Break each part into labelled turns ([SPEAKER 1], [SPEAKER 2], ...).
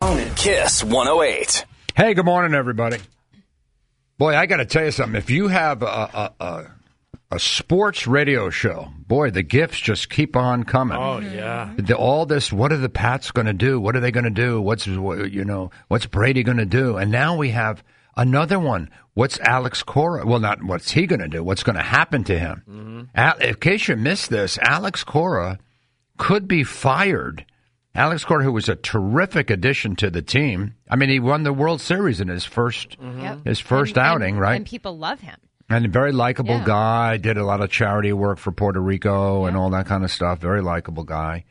[SPEAKER 1] opponent.
[SPEAKER 2] Kiss 108.
[SPEAKER 3] Hey, good morning, everybody. Boy, I got to tell you something. If you have a, a, a, a sports radio show, boy, the gifts just keep on coming. Mm-hmm.
[SPEAKER 4] Oh yeah.
[SPEAKER 3] The, all this, what are the Pats going to do? What are they going to do? What's what- you know, what's Brady going to do? And now we have another one. What's Alex Cora? Well, not what's he going to do? What's going to happen to him? Al,
[SPEAKER 4] Mm-hmm.
[SPEAKER 3] in case you missed this, Alex Cora could be fired. Alex Cora, who was a terrific addition to the team, I mean, he won the World Series in his 1st
[SPEAKER 5] Yep.
[SPEAKER 3] his first
[SPEAKER 5] Mm-hmm. And-
[SPEAKER 3] outing,
[SPEAKER 5] and-
[SPEAKER 3] right?
[SPEAKER 5] And people love him.
[SPEAKER 3] And a very likable
[SPEAKER 5] Yeah.
[SPEAKER 3] guy. Did a lot of charity work for Puerto Rico and all that kind of stuff. Very likable guy.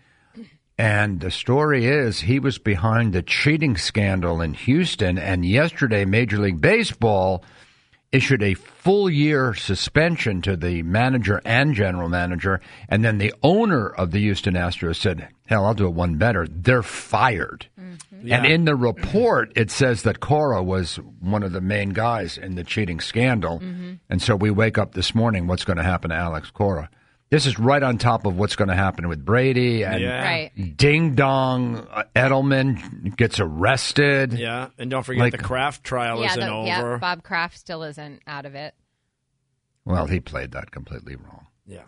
[SPEAKER 3] And the story is he was behind the cheating scandal in Houston. And yesterday, Major League Baseball issued a full year suspension to the manager and general manager. And then the owner of the Houston Astros said, Hell, I'll do it one better. They're fired. And in the report, it says that Cora was one of the main guys in the cheating scandal. And so we wake up this morning, what's going to happen to Alex Cora? This is right on top of what's going to happen with Brady and
[SPEAKER 4] Yeah.
[SPEAKER 5] Right.
[SPEAKER 3] Ding Dong uh, Edelman gets arrested.
[SPEAKER 4] Yeah, and don't forget
[SPEAKER 3] Like-
[SPEAKER 4] the Kraft trial
[SPEAKER 5] yeah,
[SPEAKER 4] isn't
[SPEAKER 5] the- yeah,
[SPEAKER 4] over.
[SPEAKER 5] Bob Kraft still isn't out of it.
[SPEAKER 3] Well, he played that completely wrong.
[SPEAKER 4] Yeah.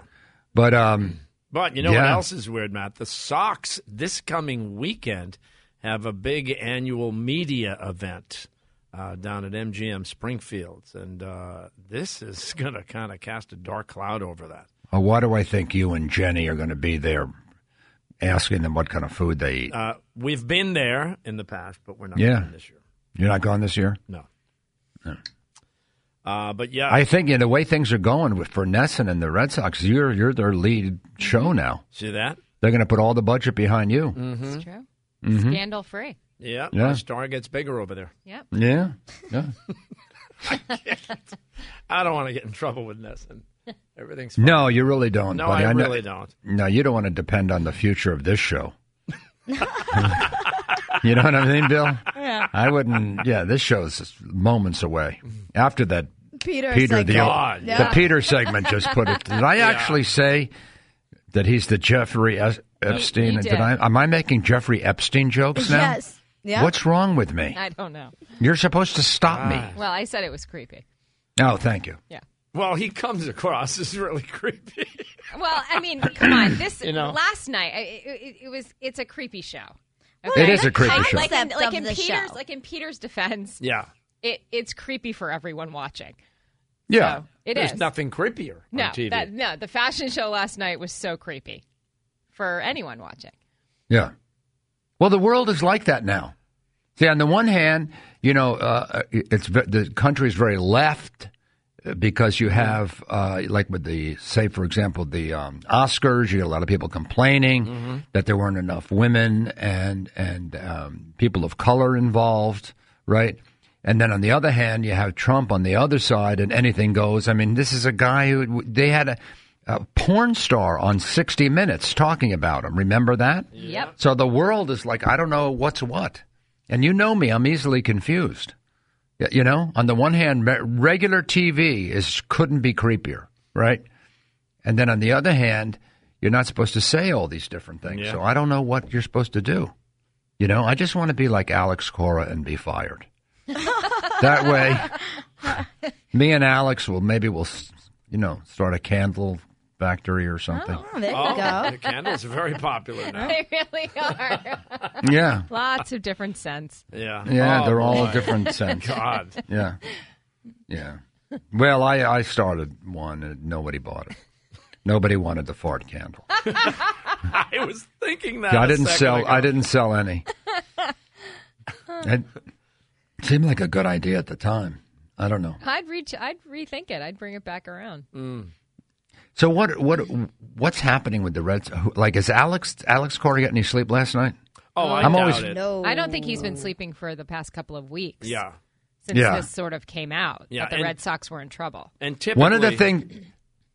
[SPEAKER 3] But um,
[SPEAKER 4] But you know what
[SPEAKER 3] Yeah.
[SPEAKER 4] else is weird, Matt? The Sox this coming weekend have a big annual media event uh, down at MGM Springfield, and uh, this is going to kind of cast a dark cloud over that.
[SPEAKER 3] uh, why do I think you and Jenny are going to be there asking them what kind of food they eat?
[SPEAKER 4] Uh, we've been there in the past, but we're not
[SPEAKER 3] Yeah.
[SPEAKER 4] going this year.
[SPEAKER 3] You're not going this year?
[SPEAKER 4] No. Uh, but yeah,
[SPEAKER 3] I think you know, the way things are going with for Nesson and the Red Sox, you're you're their lead show now.
[SPEAKER 4] see that?
[SPEAKER 3] They're going to put all the budget behind you.
[SPEAKER 4] Mm. Mm-hmm.
[SPEAKER 5] It's true.
[SPEAKER 3] Mm-hmm.
[SPEAKER 5] Scandal free.
[SPEAKER 4] Yeah,
[SPEAKER 3] Yeah.
[SPEAKER 4] the star gets bigger over there.
[SPEAKER 5] Yep.
[SPEAKER 3] Yeah, yeah.
[SPEAKER 4] I don't want to get in trouble with Nesson. Everything's fine.
[SPEAKER 3] no, you really don't.
[SPEAKER 4] No,
[SPEAKER 3] buddy.
[SPEAKER 4] I
[SPEAKER 3] know-
[SPEAKER 4] really don't.
[SPEAKER 3] No, you don't want to depend on the future of this show. you know what I mean, Bill? Yeah. I wouldn't. Yeah, this show's just moments away. After that,
[SPEAKER 6] Peter,
[SPEAKER 3] Peter
[SPEAKER 6] Sagan.
[SPEAKER 3] the
[SPEAKER 4] God,
[SPEAKER 3] the
[SPEAKER 6] yeah.
[SPEAKER 3] Peter segment just put it. Did I actually say that he's the Jeffrey Es- Epstein?
[SPEAKER 5] you
[SPEAKER 3] did.
[SPEAKER 5] did.
[SPEAKER 3] I? Am I making Jeffrey Epstein jokes now?
[SPEAKER 6] Yes. Yeah.
[SPEAKER 3] What's wrong with me?
[SPEAKER 5] I don't know.
[SPEAKER 3] You're supposed to stop me.
[SPEAKER 5] Well, I said it was creepy.
[SPEAKER 3] Oh, thank you.
[SPEAKER 5] Yeah.
[SPEAKER 4] Ah, Well, he comes across as really creepy.
[SPEAKER 5] Well, I mean, come on. This
[SPEAKER 4] You know.
[SPEAKER 5] last night, I, it, it, it was. It's a creepy show.
[SPEAKER 3] It is a creepy
[SPEAKER 5] I-
[SPEAKER 3] show.
[SPEAKER 5] Like in,
[SPEAKER 6] Concept
[SPEAKER 5] like
[SPEAKER 6] of
[SPEAKER 5] in
[SPEAKER 6] the
[SPEAKER 5] Peter's,
[SPEAKER 6] show.
[SPEAKER 5] like in Peter's defense,
[SPEAKER 4] yeah,
[SPEAKER 5] it, it's creepy for everyone watching.
[SPEAKER 3] Yeah.
[SPEAKER 5] So it
[SPEAKER 4] there's
[SPEAKER 5] is.
[SPEAKER 4] nothing creepier
[SPEAKER 5] no,
[SPEAKER 4] on TV.
[SPEAKER 5] that- no, the fashion show last night was so creepy for anyone watching.
[SPEAKER 3] Yeah. Well, the world is like that now. See, on the one hand, you know, uh, it's ve- the country's very left uh, because you have, uh, like with the, say, for example, the um, Oscars, you get a lot of people complaining that there weren't enough women and and um, people of color involved, right? And then on the other hand, you have Trump on the other side, and anything goes. I mean, this is a guy who they had a, a porn star on 60 Minutes talking about him. Remember that?
[SPEAKER 5] Yep.
[SPEAKER 3] So the world is like, I don't know what's what. And you know me, I'm easily confused. Y- You know, on the one hand, me- regular TV is couldn't be creepier, right? And then on the other hand, you're not supposed to say all these different things.
[SPEAKER 4] Yeah.
[SPEAKER 3] So I don't know what you're supposed to do. You know, I just want to be like Alex Cora and be fired. that way, me and Alex will maybe we'll, s- you know, start a candle factory or something.
[SPEAKER 6] Oh, there you
[SPEAKER 4] Oh,
[SPEAKER 6] go.
[SPEAKER 4] the candles are very popular now.
[SPEAKER 5] They really are.
[SPEAKER 3] Yeah,
[SPEAKER 5] Lots of different scents.
[SPEAKER 4] Yeah,
[SPEAKER 3] yeah,
[SPEAKER 4] Oh,
[SPEAKER 3] they're all
[SPEAKER 4] boy.
[SPEAKER 3] different scents.
[SPEAKER 4] God.
[SPEAKER 3] Yeah. Yeah. Well, I, I started one and nobody bought it. Nobody wanted the fart candle.
[SPEAKER 4] I was thinking that.
[SPEAKER 3] I
[SPEAKER 4] a
[SPEAKER 3] didn't
[SPEAKER 4] second
[SPEAKER 3] sell
[SPEAKER 4] ago.
[SPEAKER 3] I didn't sell any. It seemed like a good idea at the time. I don't know.
[SPEAKER 5] I'd re- I'd rethink it. I'd bring it back around.
[SPEAKER 3] So what what what's happening with the Reds? Who- Like is Alex Alex Corey getting any sleep last night?
[SPEAKER 4] Oh, I
[SPEAKER 3] I'm
[SPEAKER 4] doubt
[SPEAKER 3] always-
[SPEAKER 4] it.
[SPEAKER 6] No.
[SPEAKER 5] I don't think he's been sleeping for the past couple of weeks.
[SPEAKER 4] Yeah,
[SPEAKER 5] Since
[SPEAKER 3] Yeah.
[SPEAKER 5] this sort of came out
[SPEAKER 4] Yeah,
[SPEAKER 5] that the
[SPEAKER 4] and-
[SPEAKER 5] Red Sox were in trouble.
[SPEAKER 4] and typically
[SPEAKER 3] One of the thing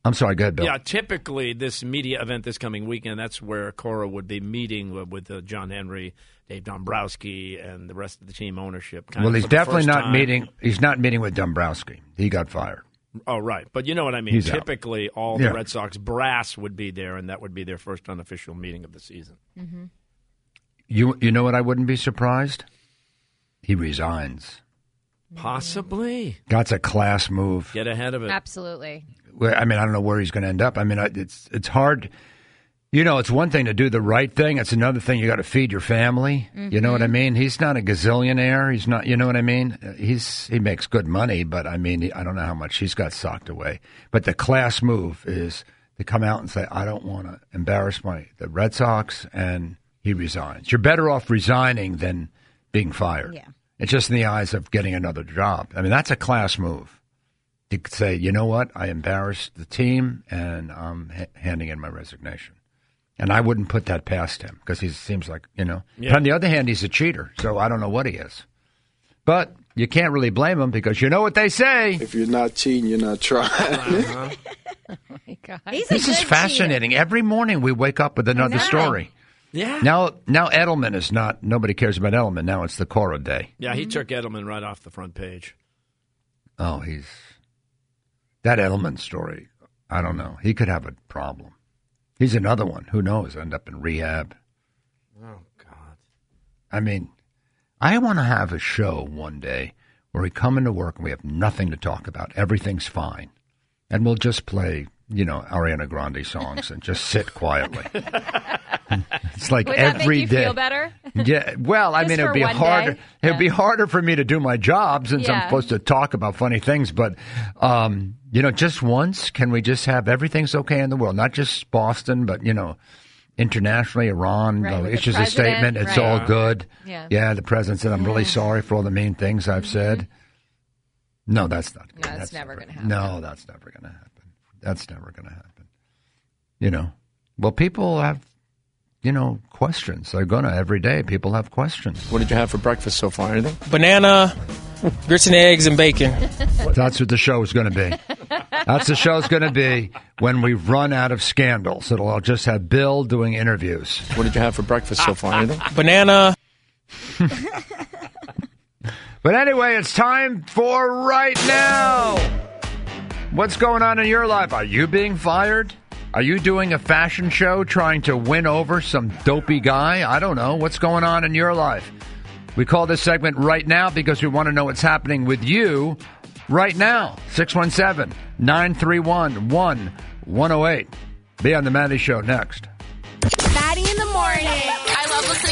[SPEAKER 3] I'm sorry, go ahead, Bill.
[SPEAKER 4] Yeah, typically this media event this coming weekend, that's where Cora would be meeting with, with uh, John Henry, Dave Dombrowski, and the rest of the team ownership. kind
[SPEAKER 3] well,
[SPEAKER 4] of
[SPEAKER 3] he's
[SPEAKER 4] for the
[SPEAKER 3] definitely
[SPEAKER 4] first
[SPEAKER 3] not
[SPEAKER 4] time.
[SPEAKER 3] meeting he's not meeting with Dombrowski. He got fired.
[SPEAKER 4] Oh, right. But you know what I mean.
[SPEAKER 3] He's out.
[SPEAKER 4] Typically, all
[SPEAKER 3] Yeah.
[SPEAKER 4] the Red Sox brass would be there, and that would be their first unofficial meeting of the season.
[SPEAKER 3] You you know what I wouldn't be surprised? he resigns.
[SPEAKER 4] Possibly.
[SPEAKER 3] That's a class move.
[SPEAKER 4] Get ahead of it.
[SPEAKER 5] Absolutely.
[SPEAKER 3] Well, I mean, I don't know where he's going to end up. I mean, I- it's it's hard. You know, it's one thing to do the right thing. It's another thing you got to feed your family. You know what I mean? He's not a gazillionaire. He's not. You know what I mean? Uh, He's he makes good money, but I mean, I don't know how much he's got socked away. But the class move is to come out and say, "I don't want to embarrass my the Red Sox," and he resigns. You're better off resigning than being fired.
[SPEAKER 1] Yeah.
[SPEAKER 3] It's just in the eyes of getting another job. I mean, that's a class move to say, you know what, I embarrassed the team and I'm ha- handing in my resignation. And I wouldn't put that past him because he seems like, you know. But on the other hand, he's a cheater, so I don't know what he is. But you can't really blame him because you know what they say.
[SPEAKER 2] If you're not cheating, you're not trying.
[SPEAKER 5] My God.
[SPEAKER 1] He's a
[SPEAKER 3] This is
[SPEAKER 1] good
[SPEAKER 3] fascinating. Every morning we wake up with another
[SPEAKER 1] know.
[SPEAKER 3] story.
[SPEAKER 4] Yeah.
[SPEAKER 3] Now, now Edelman is not. Nobody cares about Edelman. Now it's the Cora day.
[SPEAKER 4] Yeah, he took Edelman right off the front page.
[SPEAKER 3] Oh, he's that Edelman story. I don't know. He could have a problem. He's another one. Who knows? End up in rehab.
[SPEAKER 4] Oh God.
[SPEAKER 3] I mean, I want to have a show one day where we come into work and we have nothing to talk about. Everything's fine. And we'll just play, you know, Ariana Grande songs and just sit quietly. it's like
[SPEAKER 5] Would that make
[SPEAKER 3] every
[SPEAKER 5] you
[SPEAKER 3] day.
[SPEAKER 5] feel better?
[SPEAKER 3] Yeah, well, I
[SPEAKER 5] Just
[SPEAKER 3] mean,
[SPEAKER 5] for
[SPEAKER 3] it'd be
[SPEAKER 5] one
[SPEAKER 3] harder.
[SPEAKER 5] day.
[SPEAKER 3] It'd be harder for me to do my job since I'm
[SPEAKER 5] Yeah.
[SPEAKER 3] supposed to talk about funny things. But um, you know, just once, can we just have everything's okay in the world? Not just Boston, but you know, internationally, Iran
[SPEAKER 5] Right,
[SPEAKER 3] uh,
[SPEAKER 5] with the
[SPEAKER 3] issues a statement.
[SPEAKER 5] president,
[SPEAKER 3] It's
[SPEAKER 5] right.
[SPEAKER 3] all good.
[SPEAKER 5] Yeah. Mm-hmm.
[SPEAKER 3] the president said, "I'm really sorry for all the mean things I've said." No, that's not. Good.
[SPEAKER 5] that's never gonna happen.
[SPEAKER 3] No, that's never going to happen. That's never going to happen. You know, well, people have you know, questions. They're gonna every day. People have questions.
[SPEAKER 6] What did you have for breakfast so far? Anything?
[SPEAKER 7] banana, grits and eggs, and bacon.
[SPEAKER 3] That's what the show is gonna be. That's the show's gonna be when we run out of scandals. It'll all just have Bill doing interviews.
[SPEAKER 6] What did you have for breakfast so far? Anything?
[SPEAKER 7] Banana.
[SPEAKER 3] But anyway, it's time for right now. What's going on in your life? Are you being fired? Are you doing a fashion show trying to win over some dopey guy? I don't know. What's going on in your life? We call this segment right now because we want to know what's happening with you right now. 617 931 1108. Be on The Maddie Show next.
[SPEAKER 1] Fatty in the morning.
[SPEAKER 8] I love listening